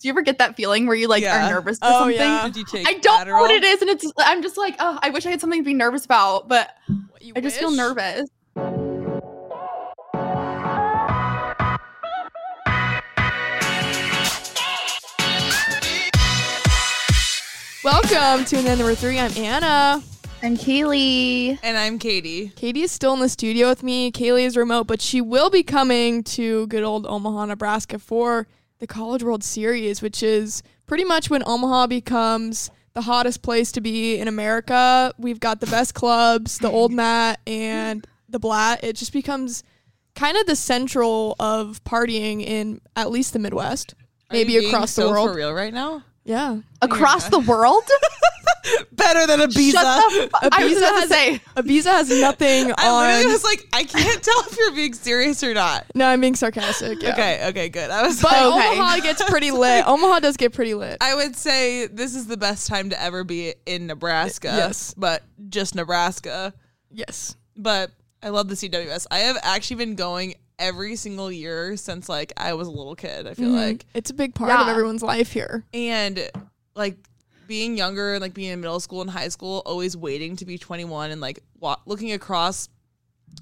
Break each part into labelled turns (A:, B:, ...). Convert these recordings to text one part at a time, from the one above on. A: Do you ever get that feeling where you like
B: Yeah.
A: are nervous for
B: Oh,
A: something?
B: yeah. Did you take
A: I don't know what
B: Adderall?
A: it is, and it's I'm just like, oh, I wish I had something to be nervous about, but I just feel nervous.
B: Welcome to Another Number Three. I'm Anna.
A: I'm Kaylee.
B: And I'm Katie.
C: Katie is still in the studio with me. Kaylee is remote, but she will be coming to good old Omaha, Nebraska for the College World Series, which is pretty much when Omaha becomes the hottest place to be in America. We've got the best clubs, the Old Mat and the Blatt. It just becomes kind of the central of partying in at least the Midwest, maybe across the
B: for
C: world.
B: real right now?
C: Yeah.
A: Across the world?
B: Better than a visa.
A: Shut the fu- I was
C: Ibiza
A: about to
C: has-
A: say.
C: Ibiza has nothing
B: I
C: on.
B: literally was like, I can't tell if you're being serious or not.
C: no, I'm being sarcastic. yeah.
B: Okay, okay, good. I was
C: But
B: like,
A: Okay.
C: Omaha gets pretty lit. Omaha does get pretty lit.
B: I would say this is the best time to ever be in Nebraska.
C: Yes.
B: But just Nebraska.
C: yes.
B: But I love the CWS. I have actually been going every single year since like I was a little kid, I feel
C: Mm-hmm.
B: like.
C: It's a big part of
A: Yeah.
C: everyone's life here.
B: and like being younger and like being in middle school and high school always waiting to be 21 and like wa- looking across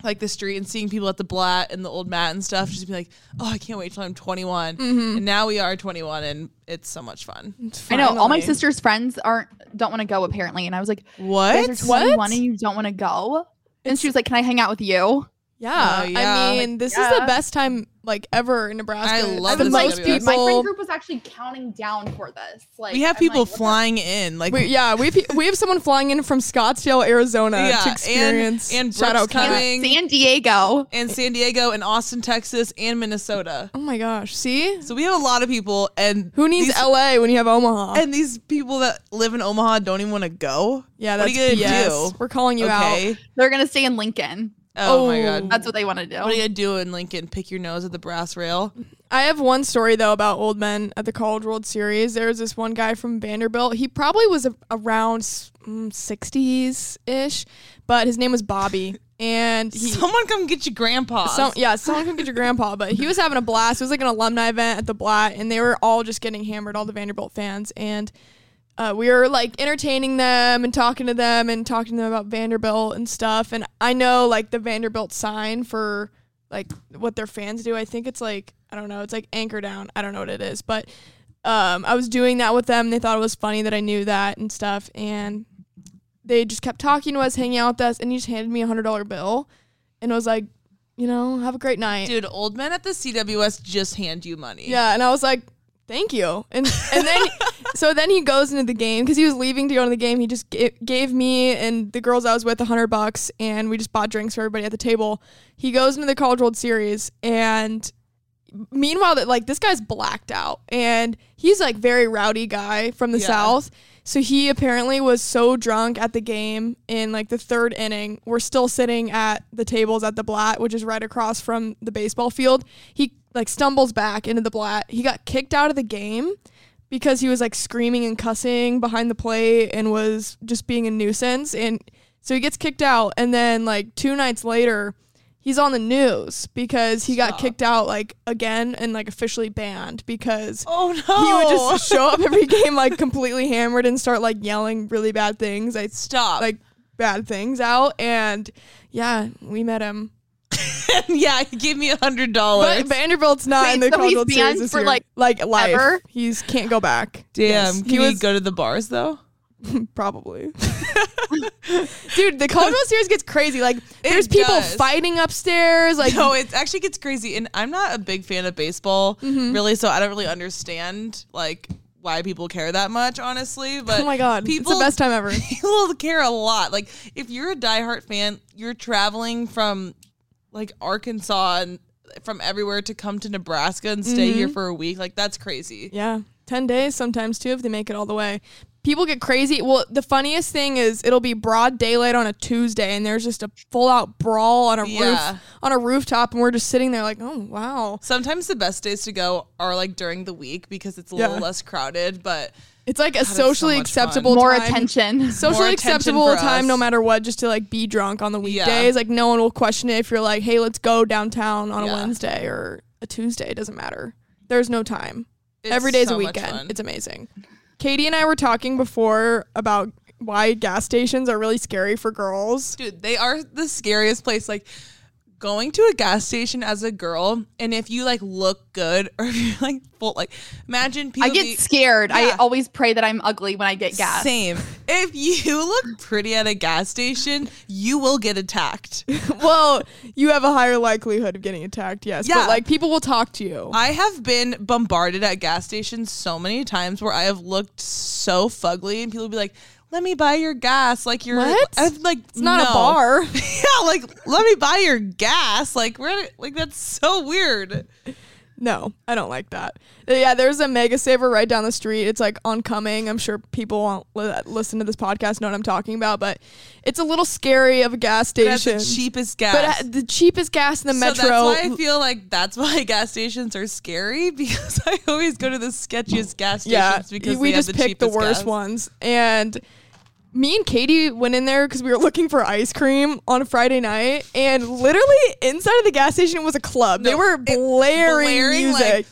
B: like the street and seeing people at the blat and the old mat and stuff just be like oh i can't wait till i'm 21
C: Mm-hmm.
B: and now we are 21 and it's so much fun
A: I know all my
C: Finally.
A: sister's friends aren't don't want to go apparently, and I was like, you
B: what
A: guys are
C: What?
A: 21 and you don't want to go. And she was like, "Can I hang out with you?"
C: Yeah.
B: Oh, yeah.
C: I mean, this is
A: yeah.
C: the best time like ever in Nebraska.
B: I love
C: the
B: this
C: most
B: idea.
C: people.
A: My friend group was actually counting down for this. Like
B: we have
A: I'm
B: people
A: like, what the-
B: flying in like
C: we, yeah, we have, we have someone flying in from Scottsdale, Arizona
B: Yeah,
C: to
B: and-
C: experience.
B: and
C: shout out
B: Brooks
C: Kat.
B: coming.
A: And San Diego.
B: and san diego and austin texas and minnesota
C: Oh my gosh. See?
B: so we have a lot of people and
C: Who needs
B: these-
C: LA when you have Omaha?
B: and these people that live in omaha don't even want to go
C: yeah,
B: what
C: that's
B: are you gonna
C: BS.
B: do
C: We're calling you
B: okay
C: out.
A: They're gonna stay in Lincoln.
B: oh my
C: Oh.
B: god
A: That's what they want to do.
B: What are you gonna do in Lincoln? Pick your nose at the brass rail?
C: I have one story though about old men at the College World Series. There was this one guy from Vanderbilt. He probably was a- around sixties ish, but his name was Bobby, and he.
B: Someone come get your grandpa.
C: Some, yeah, someone can get your grandpa, but he was having a blast. It was like an alumni event at the Blatt, and they were all just getting hammered, all the Vanderbilt fans. And uh, we were like entertaining them and talking to them and talking to them about Vanderbilt and stuff. And I know like the Vanderbilt sign for like what their fans do. I think it's like I don't know. It's like anchor down. I don't know what it is, but um, I was doing that with them. They thought it was funny that I knew that and stuff. And they just kept talking to us, hanging out with us, and he just handed me a hundred dollar bill, and was like, you know, have a great night.
B: dude, old men at the CWS just hand you money.
C: Yeah, and I was like, thank you. And and then so then he goes into the game because he was leaving to go to the game. He just g- gave me and the girls I was with a hundred bucks, and we just bought drinks for everybody at the table. He goes into the College World Series, and meanwhile, that like this guy's blacked out, and he's like very rowdy guy from the
B: Yeah.
C: south. So he apparently was so drunk at the game in like the third inning. We're still sitting at the tables at the Blatt, which is right across from the baseball field. He like stumbles back into the Blatt. He got kicked out of the game because he was like screaming and cussing behind the plate and was just being a nuisance. And so he gets kicked out. And then like two nights later, he's on the news because he got kicked out like again and like officially banned because
B: Oh no.
C: he would just show up every game like completely hammered and start like yelling really bad things. I
B: stop.
C: like bad things out and yeah, we met him.
B: yeah, he gave me a hundred dollars.
C: But Vanderbilt's not
A: Wait,
C: in the
A: so
C: College
A: he's
C: World Series
A: banned
C: this
A: for,
C: year.
A: like,
C: like life.
A: ever?
C: He's can't go back.
B: Damn,
C: Yes.
B: can
C: he was
B: go to the bars though?
C: probably. Dude, the College World Series gets crazy. Like there's people
B: does.
C: fighting upstairs. Like
B: No, it actually gets crazy, and I'm not a big fan of baseball,
C: Mm-hmm.
B: really. So I don't really understand like why people care that much, honestly. But
C: oh my god,
B: people
C: it's the best time ever.
B: people care a lot. Like if you're a diehard fan, you're traveling from like Arkansas and from everywhere to come to Nebraska and stay here
A: Mm-hmm.
B: for a week. Like that's crazy.
C: Yeah. 10 days sometimes too if they make it all the way. People get crazy. Well, the funniest thing is it'll be broad daylight on a Tuesday and there's just a full out brawl on a
B: Yeah.
C: roof on a rooftop and we're just sitting there like, "Oh, wow."
B: Sometimes the best days to go are like during the week because it's a
C: Yeah.
B: little less crowded, but
C: It's like a
B: so
C: socially
B: much fun.
C: acceptable
A: More
C: time.
A: attention.
C: Socially
B: More attention
C: acceptable
B: for
C: time
B: us.
C: no matter what just to like be drunk on the
B: Yeah.
C: weekdays. Like no one will question it if you're like, "Hey, let's go downtown on a
B: Yeah.
C: Wednesday or a Tuesday, it doesn't matter." There's no time.
B: it's
C: Every day's
B: so
C: a
B: much fun.
C: weekend. It's amazing. Katie and I were talking before about why gas stations are really scary for girls.
B: Dude, they are the scariest place. Like going to a gas station as a girl, and if you like look good or if you're like full, like imagine people.
A: I get scared. I
B: Yeah.
A: always pray that I'm ugly when I get gas.
B: Same. If you look pretty at a gas station, you will get attacked.
C: well, you have a higher likelihood of getting attacked, yes.
B: Yeah.
C: But like people will talk to you.
B: I have been bombarded at gas stations so many times where I have looked so fugly, and people be like, "Let me buy your gas." Like you're
C: What?
B: I'm like
C: it's not a
B: no.
C: bar.
B: yeah, like let me buy your gas. Like we're like that's so weird.
C: No, I don't like that. Uh, Yeah, there's a mega saver right down the street. It's like oncoming. I'm sure people won't li- listen to this podcast know what I'm talking about, but it's a little scary of a gas
B: That's
C: station.
B: the cheapest gas.
C: but uh, the cheapest gas in the metro.
B: So that's why I feel like that's why gas stations are scary because I always go to the sketchiest gas stations because
C: we
B: they
C: just
B: have the
C: picked the
B: cheapest
C: worst
B: gas.
C: ones. And me and Katie went in there because we were looking for ice cream on a Friday night, and literally inside of the gas station was a club. they
B: No,
C: were
B: it-
C: blaring,
B: blaring, like,
C: music.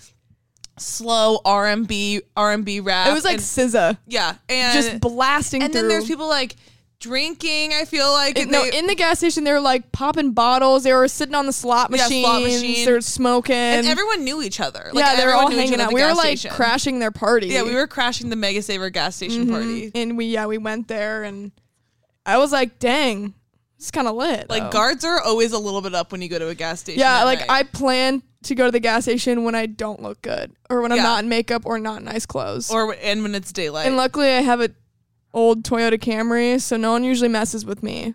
B: Slow R and B R and B rap.
C: it was like
B: and-
C: SZA
B: yeah, and
C: just blasting
B: and
C: through.
B: then there's people like drinking. I feel like
C: It-
B: and
C: no,
B: they-
C: in the gas station they were like popping bottles. They were sitting on the slot
B: Yeah,
C: machines.
B: slot machine.
C: They were smoking.
B: and everyone knew each other. Like,
C: yeah, they were
B: everyone
C: all
B: knew each
C: hanging
B: other at
C: out.
B: the
C: We were
B: gas
C: like
B: station.
C: crashing their party.
B: Yeah, we were crashing the Mega Saver gas station
C: Mm-hmm.
B: party.
C: and we yeah we went there and I was like, dang, it's kind of lit.
B: Like
C: though.
B: guards are always a little bit up when you go to a gas station.
C: Oh. Yeah,
B: at
C: like
B: night.
C: I plan to go to the gas station when I don't look good or when I'm
B: Yeah.
C: not in makeup or not in nice clothes.
B: or and when it's daylight.
C: and luckily I have an old Toyota Camry, so no one usually messes with me.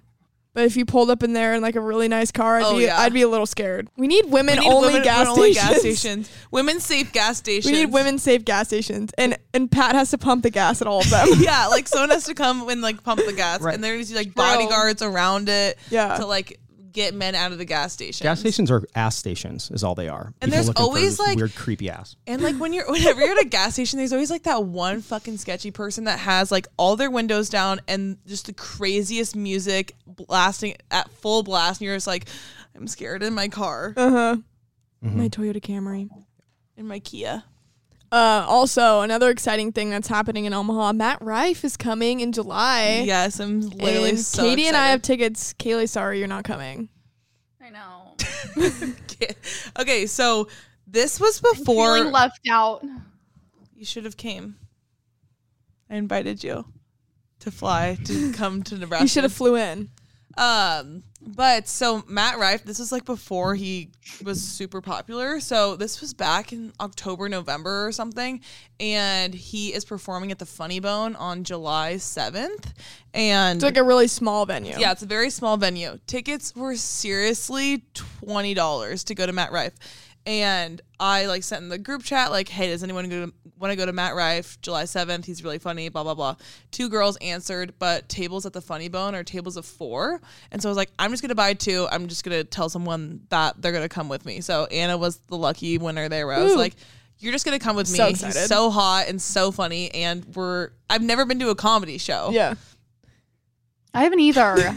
C: But if you pulled up in there in like a really nice car, I'd,
B: Oh,
C: be,
B: yeah.
C: I'd be a little scared. We need women
B: We need
C: only
B: women-
C: gas
B: women only
C: stations.
B: gas stations. Women safe gas stations.
C: We need women safe gas stations, and and Pat has to pump the gas at all of them.
B: yeah, like someone has to come and like pump the gas, and there needs to be like bodyguards around it.
C: Yeah.
B: to like get men out of the gas station.
D: Gas stations are ass stations, is all they are.
B: And
D: People
B: there's
D: looking for
B: always, like-
D: weird, creepy ass.
B: And like when you're whenever you're at a gas station, there's always like that one fucking sketchy person that has like all their windows down and just the craziest music blasting at full blast, and you're just like, I'm scared in my car,
C: Uh-huh. My Toyota Camry.
B: in my Kia.
C: Uh, also, another exciting thing that's happening in Omaha: Matt Rife is coming in July.
B: Yes, I'm literally
C: Eh. and
B: so
C: Katie and I have
B: excited.
C: tickets. Kaylee, sorry you're not coming.
A: I know.
B: okay, so this was
A: Feeling
B: before
A: left out.
B: you should have came. I invited you to fly to come to Nebraska.
C: You should have flew in.
B: Um, but so Matt Rife, this was like before he was super popular. So this was back in October, November or something, and he is performing at the Funny Bone on July seventh. And
C: It's like a really small venue.
B: yeah, it's a very small venue. Tickets were seriously twenty dollars to go to Matt Rife, and I like sent in the group chat like, "Hey, does anyone go to, want to go to Matt Rife July seventh? He's really funny." Blah blah blah. Two girls answered, but tables at the Funny Bone are tables of four, and so I was like, "I'm just gonna buy two. I'm just gonna tell someone that they're gonna come with me." So Anna was the lucky winner there. Where I was
C: Ooh.
B: like. You're just gonna come with me.
C: So
B: He's
C: excited.
B: so hot and so funny, and we're—I've never been to a comedy show.
C: Yeah.
A: I haven't either.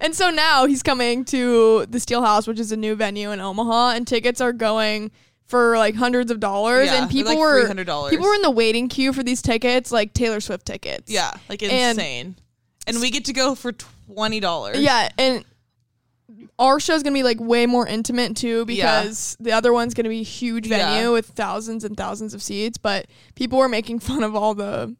C: And so now he's coming to the Steelhouse, which is a new venue in Omaha, and tickets are going for like hundreds of dollars. and
B: Yeah, they're,
C: people
B: like,
C: were
B: $300.
C: people were in the waiting queue for these tickets, like Taylor Swift tickets.
B: Yeah, like
C: And-
B: insane. And, we get to go for twenty dollars.
C: Yeah, and our show's gonna be like way more intimate too
B: Yeah.
C: because the other one's gonna be a huge
B: Yeah.
C: venue with thousands and thousands of seats. But people were making fun of all the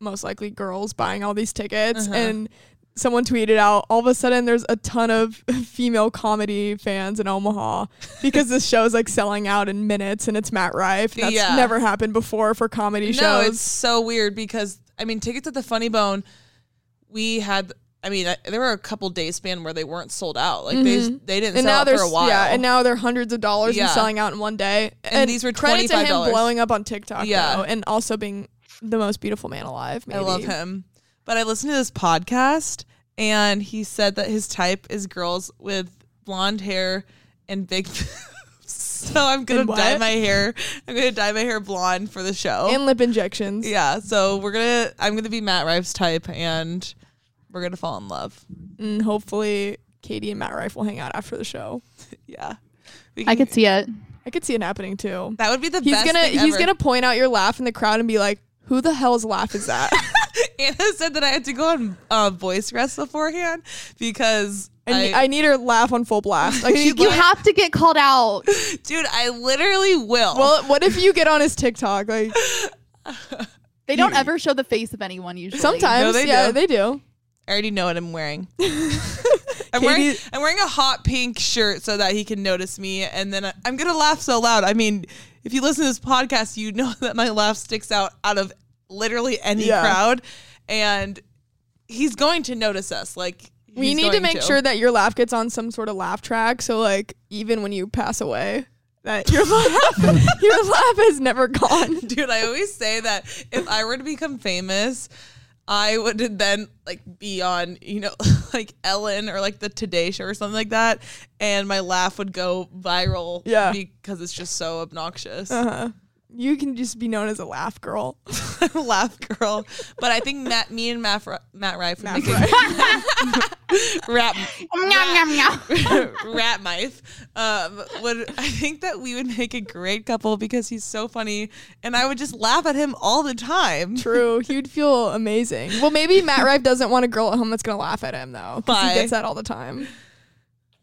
C: most likely girls buying all these tickets
B: Uh-huh.
C: and. Someone tweeted out, all of a sudden there's a ton of female comedy fans in Omaha because this show's like selling out in minutes and it's Matt Rife. That's
B: Yeah.
C: never happened before for comedy
B: No,
C: shows.
B: it's so weird because I mean, tickets at the Funny Bone, we had. I mean, I, there were a couple days span where they weren't sold out. Like they they didn't
C: Mm-hmm. and
B: sell
C: now
B: out
C: there's
B: for a while.
C: yeah, and now they're hundreds of dollars and
B: Yeah.
C: selling out in one day. And,
B: these were
C: credit to him
B: $25.
C: blowing up on TikTok,
B: Yeah.
C: yeah, and also being the most beautiful man alive.
B: I love
C: maybe.
B: him. But I listened to this podcast, and he said that his type is girls with blonde hair and big. boobs. so I'm gonna
C: And what?
B: dye my hair. I'm gonna dye my hair blonde for the show.
C: and lip injections.
B: yeah, so we're gonna. I'm gonna be Matt Rife's type, and we're gonna fall in love.
C: and hopefully Katie and Matt Rife will hang out after the show.
B: Yeah, we
A: I could see it.
C: I could see it happening too.
B: That would be the
C: he's
B: best.
C: gonna
B: thing
C: he's
B: ever.
C: gonna point out your laugh in the crowd and be like, "Who the hell's laugh is that?"
B: Anna said that I had to go on uh, voice rest beforehand because
C: and I,
B: I,
C: need her laugh on full blast. Like, she,
A: You have to get called out.
B: dude, I literally will.
C: well, what if you get on his TikTok? Like
A: They don't ever show the face of anyone usually.
C: sometimes,
B: they
C: yeah,
B: do.
C: they do.
B: I already know what I'm wearing. I'm wearing
C: Katie-
B: I'm wearing a hot pink shirt so that he can notice me, and then I, I'm gonna laugh so loud. I mean, if you listen to this podcast, you know that my laugh sticks out out of literally any
C: Yeah.
B: crowd, and he's going to notice us. Like
C: We
B: he's
C: need to
B: going
C: make sure that your laugh gets on some sort of laugh track. So like even when you pass away, that your laugh your laugh is never gone.
B: dude i always say that if i were to become famous i would then like be on you know like ellen or like the today show or something like that and my laugh would go viral
C: Yeah.
B: because it's just so obnoxious
C: You can just be known as a laugh girl.
B: i'm a laugh girl but i think matt me and matt, Ri- matt rife would make a rap rat mife um, would i think that we would make a great couple because he's so funny and i would just laugh at him all the time
C: True. You'd feel amazing. Well, maybe Matt Rife doesn't want a girl at home that's gonna laugh at him though. 'cause
B: Bye.
C: he gets that all the time.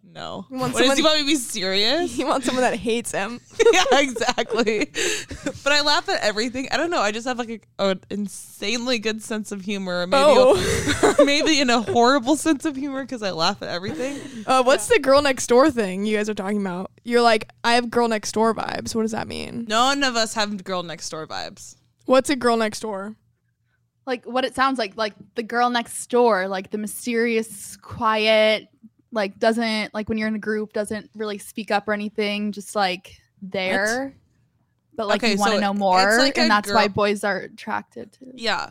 B: No.
C: want
B: what, does he
C: someone-
B: want me to be serious?
C: He wants someone that hates him.
B: yeah, exactly. but I laugh at everything. I don't know. I just have like a, an insanely good sense of humor. Maybe,
C: Oh.
B: a- maybe in a horrible sense of humor because I laugh at everything.
C: Uh, what's the girl next door thing you guys are talking about? You're like, I have girl next door vibes. What does that mean?
B: None of us have girl next door vibes.
C: What's a girl next door?
A: like what it sounds like, like the girl next door, like the mysterious, quiet, like doesn't like when you're in a group doesn't really speak up or anything, just like there. But like
B: Okay,
A: you want to
B: so
A: know
B: it's
A: more,
B: like a
A: and that's why
B: girl-
A: boys are attracted to.
B: Yeah.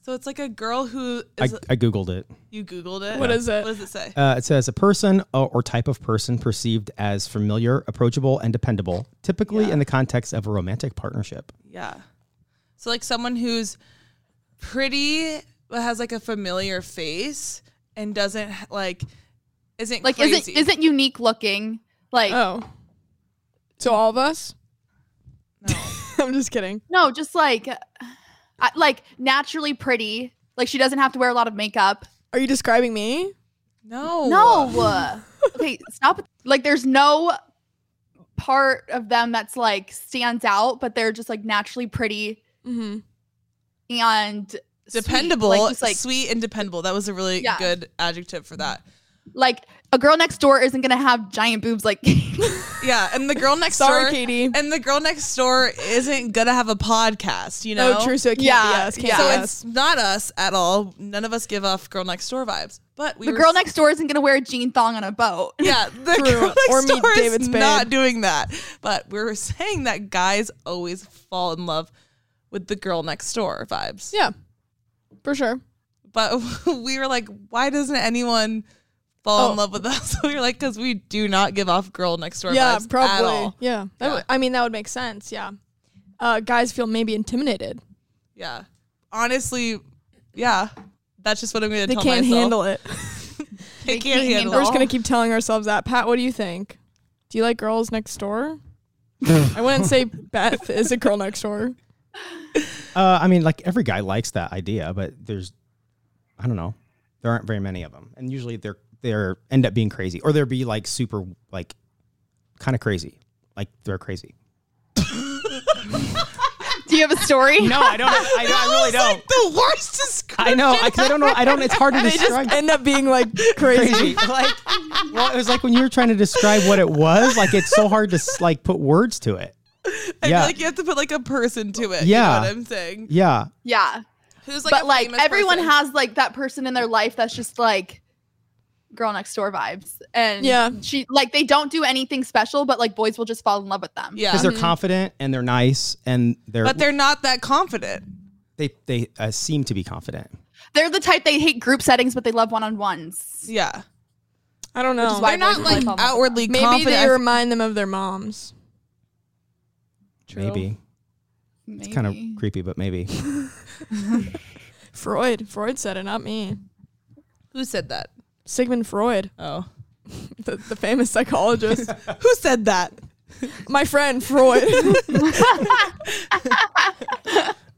B: So it's like a girl who
D: I,
B: is.
D: I Googled it.
B: you Googled it.
C: What is it?
B: What does it say?
D: Uh, it says a person uh, or type of person perceived as familiar, approachable, and dependable, typically in the context of a romantic partnership.
B: Yeah. So like someone who's pretty but has like a familiar face and doesn't like isn't
A: Like
B: crazy.
A: isn't isn't unique looking. Like
C: Oh. So all of us? No. I'm just kidding.
A: no, just like uh, I- like naturally pretty. Like she doesn't have to wear a lot of makeup.
C: Are you describing me?
B: no
A: No. okay, stop. it. Like, there's no part of them that's like stands out, but they're just like naturally pretty
C: Mm-hmm.
A: and sweet.
B: dependable,
A: Like, just, like,
B: sweet and dependable. That was a really
A: Yeah.
B: good adjective for that.
A: like a girl next door isn't gonna have giant boobs. Like,
B: Yeah, and the girl next
C: Sorry,
B: door,
C: Katie.
B: and the girl next door isn't gonna have a podcast, you know.
C: Oh, true. So it can't
A: Yeah,
C: be us. Can't
A: yeah.
B: So
C: be
B: it's not us at all. None of us give off girl next door vibes. But we
A: the
B: were
A: girl
B: s-
A: next door isn't gonna wear a jean thong on a boat.
B: Yeah, the
C: True.
B: girl next
C: Or meet
B: door
C: David
B: is
C: Spade.
B: not doing that. But we were saying that guys always fall in love with the girl next door vibes.
C: yeah, for sure.
B: But we were like, why doesn't anyone fall
C: Oh.
B: in love with us? we were like, because we do not give off girl next door
C: Yeah,
B: vibes
C: probably.
B: at all.
C: Yeah, That
B: Yeah.
C: would- I mean that would make sense. Yeah, uh, guys feel maybe intimidated.
B: Yeah. Honestly, yeah. That's just what I'm going to
C: They
B: tell
C: can't
B: myself.
C: handle it.
A: They
B: They,
A: can't
B: can't, handle.
A: handle
C: We're just
A: all.
C: gonna keep telling ourselves that. Pat, what do you think? Do you like girls next door? I wouldn't say Beth is a girl next door.
D: Uh, I mean, like every guy likes that idea, but there's, I don't know, there aren't very many of them, and usually they're they're end up being crazy, or they'll be like super like kind of crazy, like they're crazy.
A: Do you have a story?
D: No, I don't. I, I really don't.
B: the worst description.
D: I know. I, 'cause I don't know. I don't. It's hard to
C: They
D: describe.
C: just end up being like crazy.
D: crazy. like, well, it was like when you were trying to describe what it was. Like, it's so hard to s- like put words to it.
B: I
D: yeah,
B: feel like you have to put like a person to it.
D: Yeah.
B: You know what I'm saying?
D: yeah.
A: Yeah.
B: Who's like
A: but
B: a
A: like
B: famous
A: everyone
B: person.
A: has like that person in their life that's just like girl next door vibes. And
C: Yeah.
A: she like they don't do anything special, but like boys will just fall in love with them.
B: Yeah.
D: Because they're confident and they're nice and they're,
B: but they're not that confident.
D: they they uh, seem to be confident.
A: They're the type they hate group settings, but they love one on ones.
B: Yeah.
C: I don't know.
A: is why
B: They're not
A: boys
B: like
A: like all-
B: outwardly
C: Maybe
B: confident.
C: they remind them of their moms.
D: Maybe it's kind of creepy, but maybe
C: Freud. Freud said it, not me.
B: Who said that?
C: Sigmund Freud,
B: Oh.
C: the, the famous psychologist.
B: Who said that?
C: My friend Freud.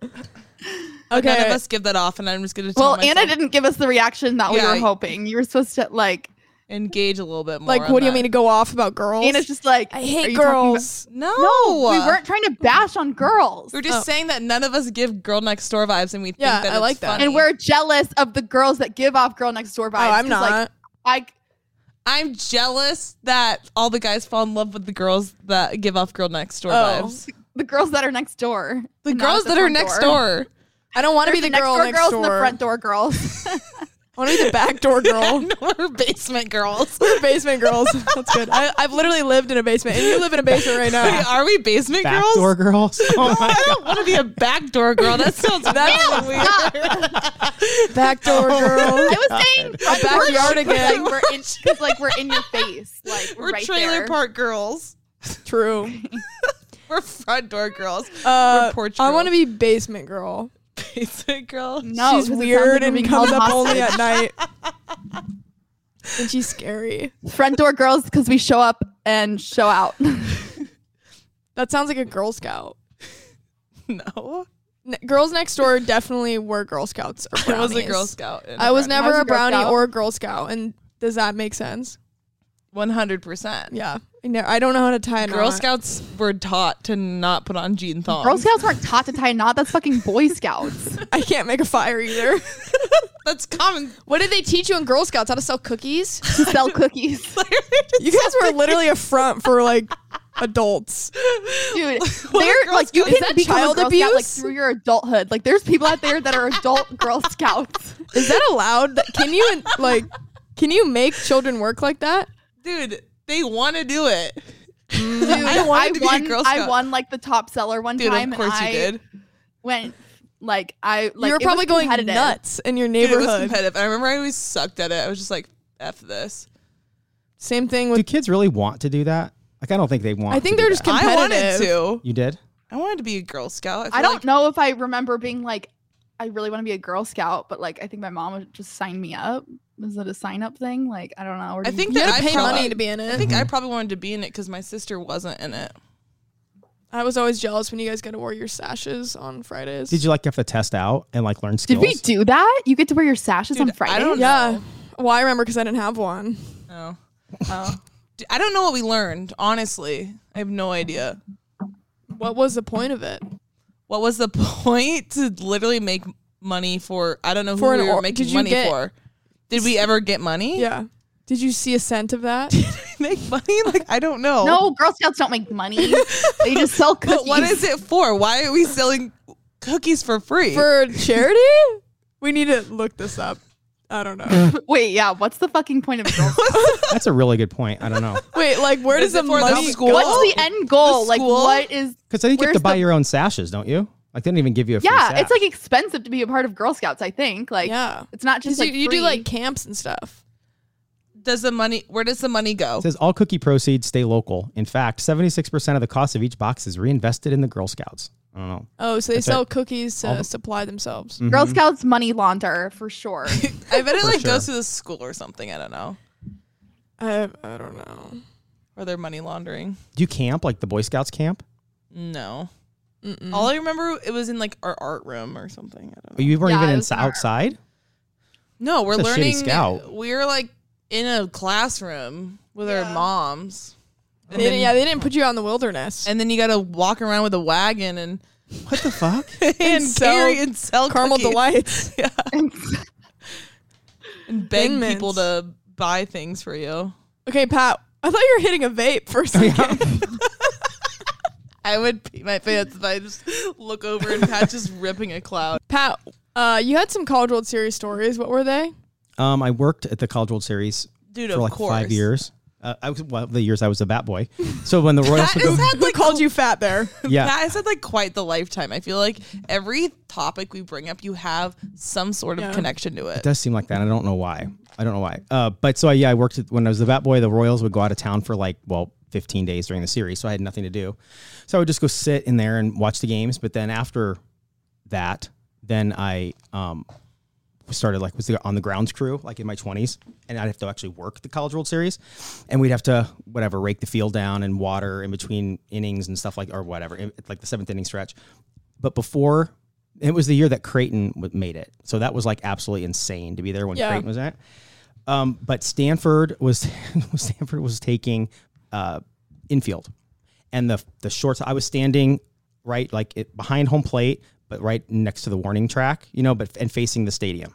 B: Okay. None of
C: okay.
B: us give that off, and I'm just going to
A: Well, Anna didn't give us the reaction that
B: Yeah,
A: we
B: I-
A: were hoping. You were supposed to like
B: engage a little bit more.
C: Like,
B: on
C: what do you
B: that.
C: mean to go off about girls?
A: Anna's just like "Are
C: I hate
A: you talking about-"
C: girls.
B: No,
A: No, we weren't trying to bash on girls.
B: We were just
C: Oh.
B: saying that none of us give girl next door vibes, and we
C: Yeah,
B: think that
C: I
B: it's
C: like that.
B: funny.
A: and we're jealous of the girls that give off girl next door vibes.
C: oh, I'm
A: 'cause,
C: not.
A: Like, I
B: I'm jealous that all the guys fall in love with the girls that give off girl next door
C: Oh.
B: vibes.
A: the girls that are next door.
B: The girls that are next door.
C: I don't want to
A: There's
C: be the, girl next
A: girls
C: door.
A: and the front door girls.
C: I want to be the back door girl.
B: We're basement girls.
C: We're basement girls. That's good. I, I've literally lived in a basement, and you live in a basement right now.
B: Wait, are we basement girls?
D: backdoor girls. Oh my
B: I don't want to be a backdoor girl. That sounds
C: That's
B: weird.
C: Backdoor girl.
A: I was saying front door
C: backyard
A: girls, 'cause,
C: again.
A: Like we're in, 'cause, like we're in your face. Like we're,
B: We're
A: right
B: trailer
A: there.
B: park girls.
C: True.
B: We're front door girls.
C: Uh,
B: We're porch
C: I want to
B: girls.
C: be basement girl.
B: basement girl.
A: No,
C: she's
A: 'cause it sounds
C: weird
A: like we're
C: and
A: being
C: comes
A: held
C: up only
A: hostage.
C: at night. and she's scary.
A: Front door girls because we show up and show out.
C: That sounds like a Girl Scout.
B: No,
C: N- Girls next door definitely were Girl Scouts. Or
B: I was a
C: brownies.
B: Girl Scout. and
C: I was
B: brownie.
C: never
A: was
C: a
A: a Girl
C: brownie
A: Scout.
C: or a Girl Scout. And does that make sense?
B: 100%.
C: Yeah. I, know, I don't know how to tie a
B: Girl
C: knot.
B: Scouts were taught to not put on jean thongs.
A: Girl Scouts weren't taught to tie a knot. That's fucking Boy Scouts.
C: I can't make a fire either.
B: That's common.
C: what did they teach you in Girl Scouts? How to sell cookies?
A: to sell cookies,
C: You guys were literally a front for like adults.
A: dude.
B: What are
A: They're
B: Girl
A: like you
B: Scouts?
A: can
B: Is that
A: become
C: child
A: a Girl Scout, like
C: abuse?
A: through your adulthood. Like there's people out there that are adult Girl Scouts.
C: Is that allowed? That- Can you like can you make children work like that?
B: Dude, they want to do it.
A: Dude, I,
B: wanted to be a
A: won.
B: Girl
A: I
B: Scout.
A: won like the top seller one
B: Dude,
A: time.
B: of course
A: and
B: you
A: I
B: did.
A: Went like I. Like,
C: you were
A: it was
C: probably going
A: competitive.
C: nuts in your
B: Dude, it was
C: neighborhood.
B: competitive. I remember I always sucked at it. I was just like, F this.
C: Same thing
D: Do
C: with
D: kids really want to do that? Like, I don't think they want.
C: I think
D: to do
C: they're just
D: that.
B: I
C: competitive.
B: wanted to.
D: You did.
B: I wanted to be a Girl Scout. feel
A: I don't
B: like-
A: know if I remember being like, I really want to be a Girl Scout, but like I think my mom would just sign me up. Is it a sign up thing? Like I don't know. Or
B: I
A: do you-
B: think
C: You
B: that
C: had
B: I
C: to pay
B: probably,
C: money to be in
B: I
C: it.
B: think I probably wanted to be in it because my sister wasn't in it.
C: I was always jealous when you guys got to wear your sashes on Fridays.
D: Did you like have to test out and like learn
A: Did
D: skills?
A: we do that? You get to wear your sashes on
B: Dude,
A: Friday.
B: I don't know.
C: Yeah. Well, I remember because I didn't have one.
B: Oh. D- I don't know what we learned, honestly. I have no idea.
C: What was the point of it?
B: What was the point to literally make money for? I don't know who
C: For an
B: we were
C: or-
B: making
C: did you
B: money
C: get-
B: for. Did we ever get money?
C: Yeah. Did you see a cent of that?
B: make money? Like, I don't know.
A: No, Girl Scouts don't make money. they just sell cookies.
B: But what is it for? Why are we selling cookies for free?
C: For charity? We need to look this up. I don't know.
A: Wait, yeah. What's the fucking point of Girl Scouts?
D: That's a really good point. I don't know
C: Wait, like where
B: Is
C: does the
B: it for the
C: money
B: school?
C: go?
A: What's the end goal?
B: The
A: like
B: school?
A: what is?
D: because I think you have
A: Where's
D: to buy
A: the-
D: your own sashes, don't you? Like, they don't even give you a free
A: Yeah,
D: sash.
A: it's like expensive to be a part of Girl Scouts. I think like
C: Yeah.
A: it's not just like,
C: Because you, you do
A: free.
C: like camps and stuff.
B: does the money? Where does the money go?
D: It says all cookie proceeds stay local. In fact, 76% of the cost of each box is reinvested in the Girl Scouts. I don't know.
C: Oh, so they
D: it.
C: sell cookies to
D: All the-
C: supply themselves.
B: Mm.
D: Mm-hmm.
A: Girl Scouts money launder for sure.
B: I bet it
D: For
B: like goes to
D: sure.
B: the school or something. I don't know.
C: I, I don't know.
B: Or they're money laundering.
D: Do you camp like the Boy Scouts camp?
B: No. All I remember it was in like our art room or something. I don't know.
D: Oh, You weren't
A: Yeah,
D: even
A: it
D: in,
A: was in our-
D: outside.
B: No, we're
D: It's a shitty
B: learning.
D: scout.
B: We're like in a classroom with our moms.
C: They didn't- yeah, they didn't put you out in the wilderness.
B: And then you got to walk around with a wagon and
D: What the fuck?
B: and
C: sell
B: carry and sell
C: Caramel
B: cookies
C: delights.
B: and beg
C: Thin
B: people
C: Mints.
B: to buy things for you.
C: Okay, Pat. I thought you were hitting a vape for a second.
B: I would pee my pants if I just look over and Pat's just ripping a cloud.
C: Pat, uh, you had some College World Series stories. What were they?
D: Um, I worked at the College World Series
B: Dude,
D: for
B: of
D: like
B: course.
D: five years. Uh, I was well, the years I was a bat boy. So when the Royals took over,
C: Who called you fat there?
D: yeah,
B: Pat, I said like quite the lifetime. I feel like every topic we bring up, you have some sort of connection to it.
D: does seem like that. I don't know why. I don't know why. Uh, but so I, yeah, I worked at, when I was the bat boy. The Royals would go out of town for like well, 15 days during the series, so I had nothing to do. So I would just go sit in there and watch the games. But then after that, then I um, started like was the, on the grounds crew, like in my 20s, and I'd have to actually work the College World Series, and we'd have to whatever rake the field down and water in between innings and stuff like or whatever, in- like the seventh inning stretch. But before. It was the year that Creighton w- made it, so that was like absolutely insane to be there when
C: Yeah.
D: Creighton was at. Um, but Stanford was Stanford was taking uh, infield, and the the shorts. I was standing right like it, behind home plate, but right next to the warning track, you know, but and facing the stadium,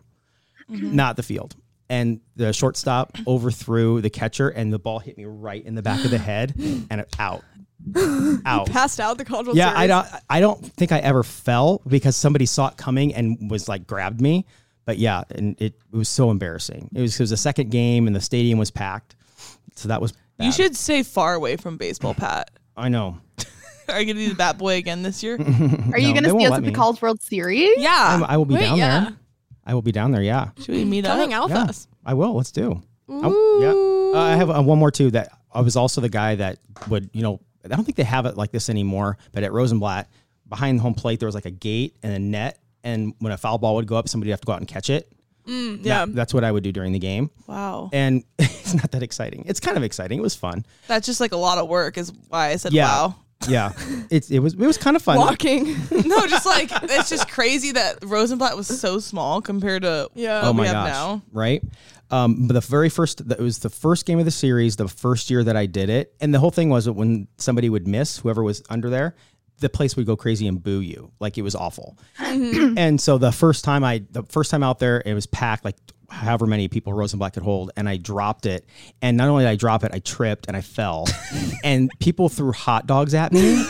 D: not the field. And the shortstop overthrew the catcher, and the ball hit me right in the back of the head, and it, out, out.
C: Passed out the College World
D: Yeah,
C: Series.
D: I don't. I don't think I ever fell because somebody saw it coming and was like grabbed me. But yeah, and it, it was so embarrassing. It was it was the second game and the stadium was packed, so that was. Bad.
B: You should stay far away from baseball, Pat.
D: I know.
B: Are you gonna be the bat boy again this year?
A: Are you
D: No,
A: going
D: they
A: to
D: won't
A: see us
D: let
A: at the
D: me.
A: College World Series?
D: I'm,
B: Yeah.
D: I will be
C: Wait,
D: down
C: yeah.
D: there. I will be down there. Yeah.
B: Should we meet
C: Coming
B: up?
C: out with
D: Yeah,
C: us.
D: I will. Let's do. I, yeah. Uh, I have uh, one more too. That I was also the guy that would, you know, I don't think they have it like this anymore. But at Rosenblatt, behind the home plate, there was like a gate and a net, and when a foul ball would go up, somebody would have to go out and catch it.
C: Mm, yeah.
D: That- that's what I would do during the game,
B: Wow.
D: and it's not that exciting. It's kind of exciting. It was fun.
B: That's just like a lot of work, is why I said
D: Yeah.
B: wow.
D: Yeah, it's it was it was kind of fun.
C: Walking.
B: No, just like it's just crazy that Rosenblatt was so small compared to
C: Yeah.
B: what
D: oh my
B: we have
D: gosh!
B: now.
D: Right. Um, but the very first, it was the first game of the series, the first year that I did it, and the whole thing was that when somebody would miss, whoever was under there, the place would go crazy and boo you, like it was awful. and so the first time I, the first time out there, it was packed, like however many people Rosenblatt could hold, and I dropped it. And not only did I drop it, I tripped and I fell, and people threw hot dogs at me.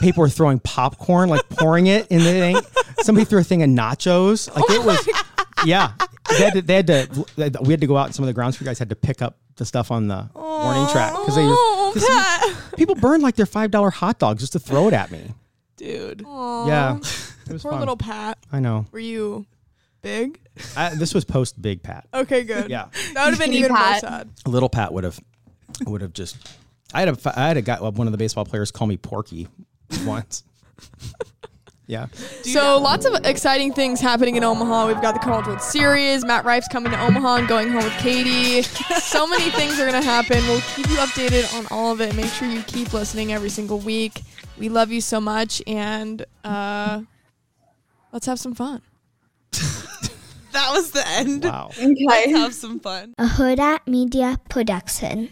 D: People were throwing popcorn, like pouring it in the thing. Somebody threw a thing of nachos.
C: Oh
D: Like it was, yeah. They had, to, they had to. We had to go out, and some of the grounds crew guys had to pick up the stuff on the warning track because they.
C: Oh,
D: 'cause some- people burned like their five dollar hot dogs just to throw it at me.
B: Dude.
D: Yeah, it was
C: Poor
D: fun.
C: little Pat.
D: I know.
C: Were you big?
D: I, this was post Big Pat.
C: Okay, good.
D: Yeah.
C: That would have been
A: Skinny
C: even
A: Pat.
C: more sad.
D: little Pat would have would have just. I had a fi- I had a guy one of the baseball players call me Porky once. yeah,
C: So lots of exciting things happening in Omaha. We've got the College World Series. Matt Rife's coming to Omaha and going home with Katie. so many things are going to happen. We'll keep you updated on all of it. Make sure you keep listening every single week. We love you so much, and uh, let's have some fun.
B: That was the end.
D: wow.
A: Okay.
B: Have some fun.
E: a Huda Media production.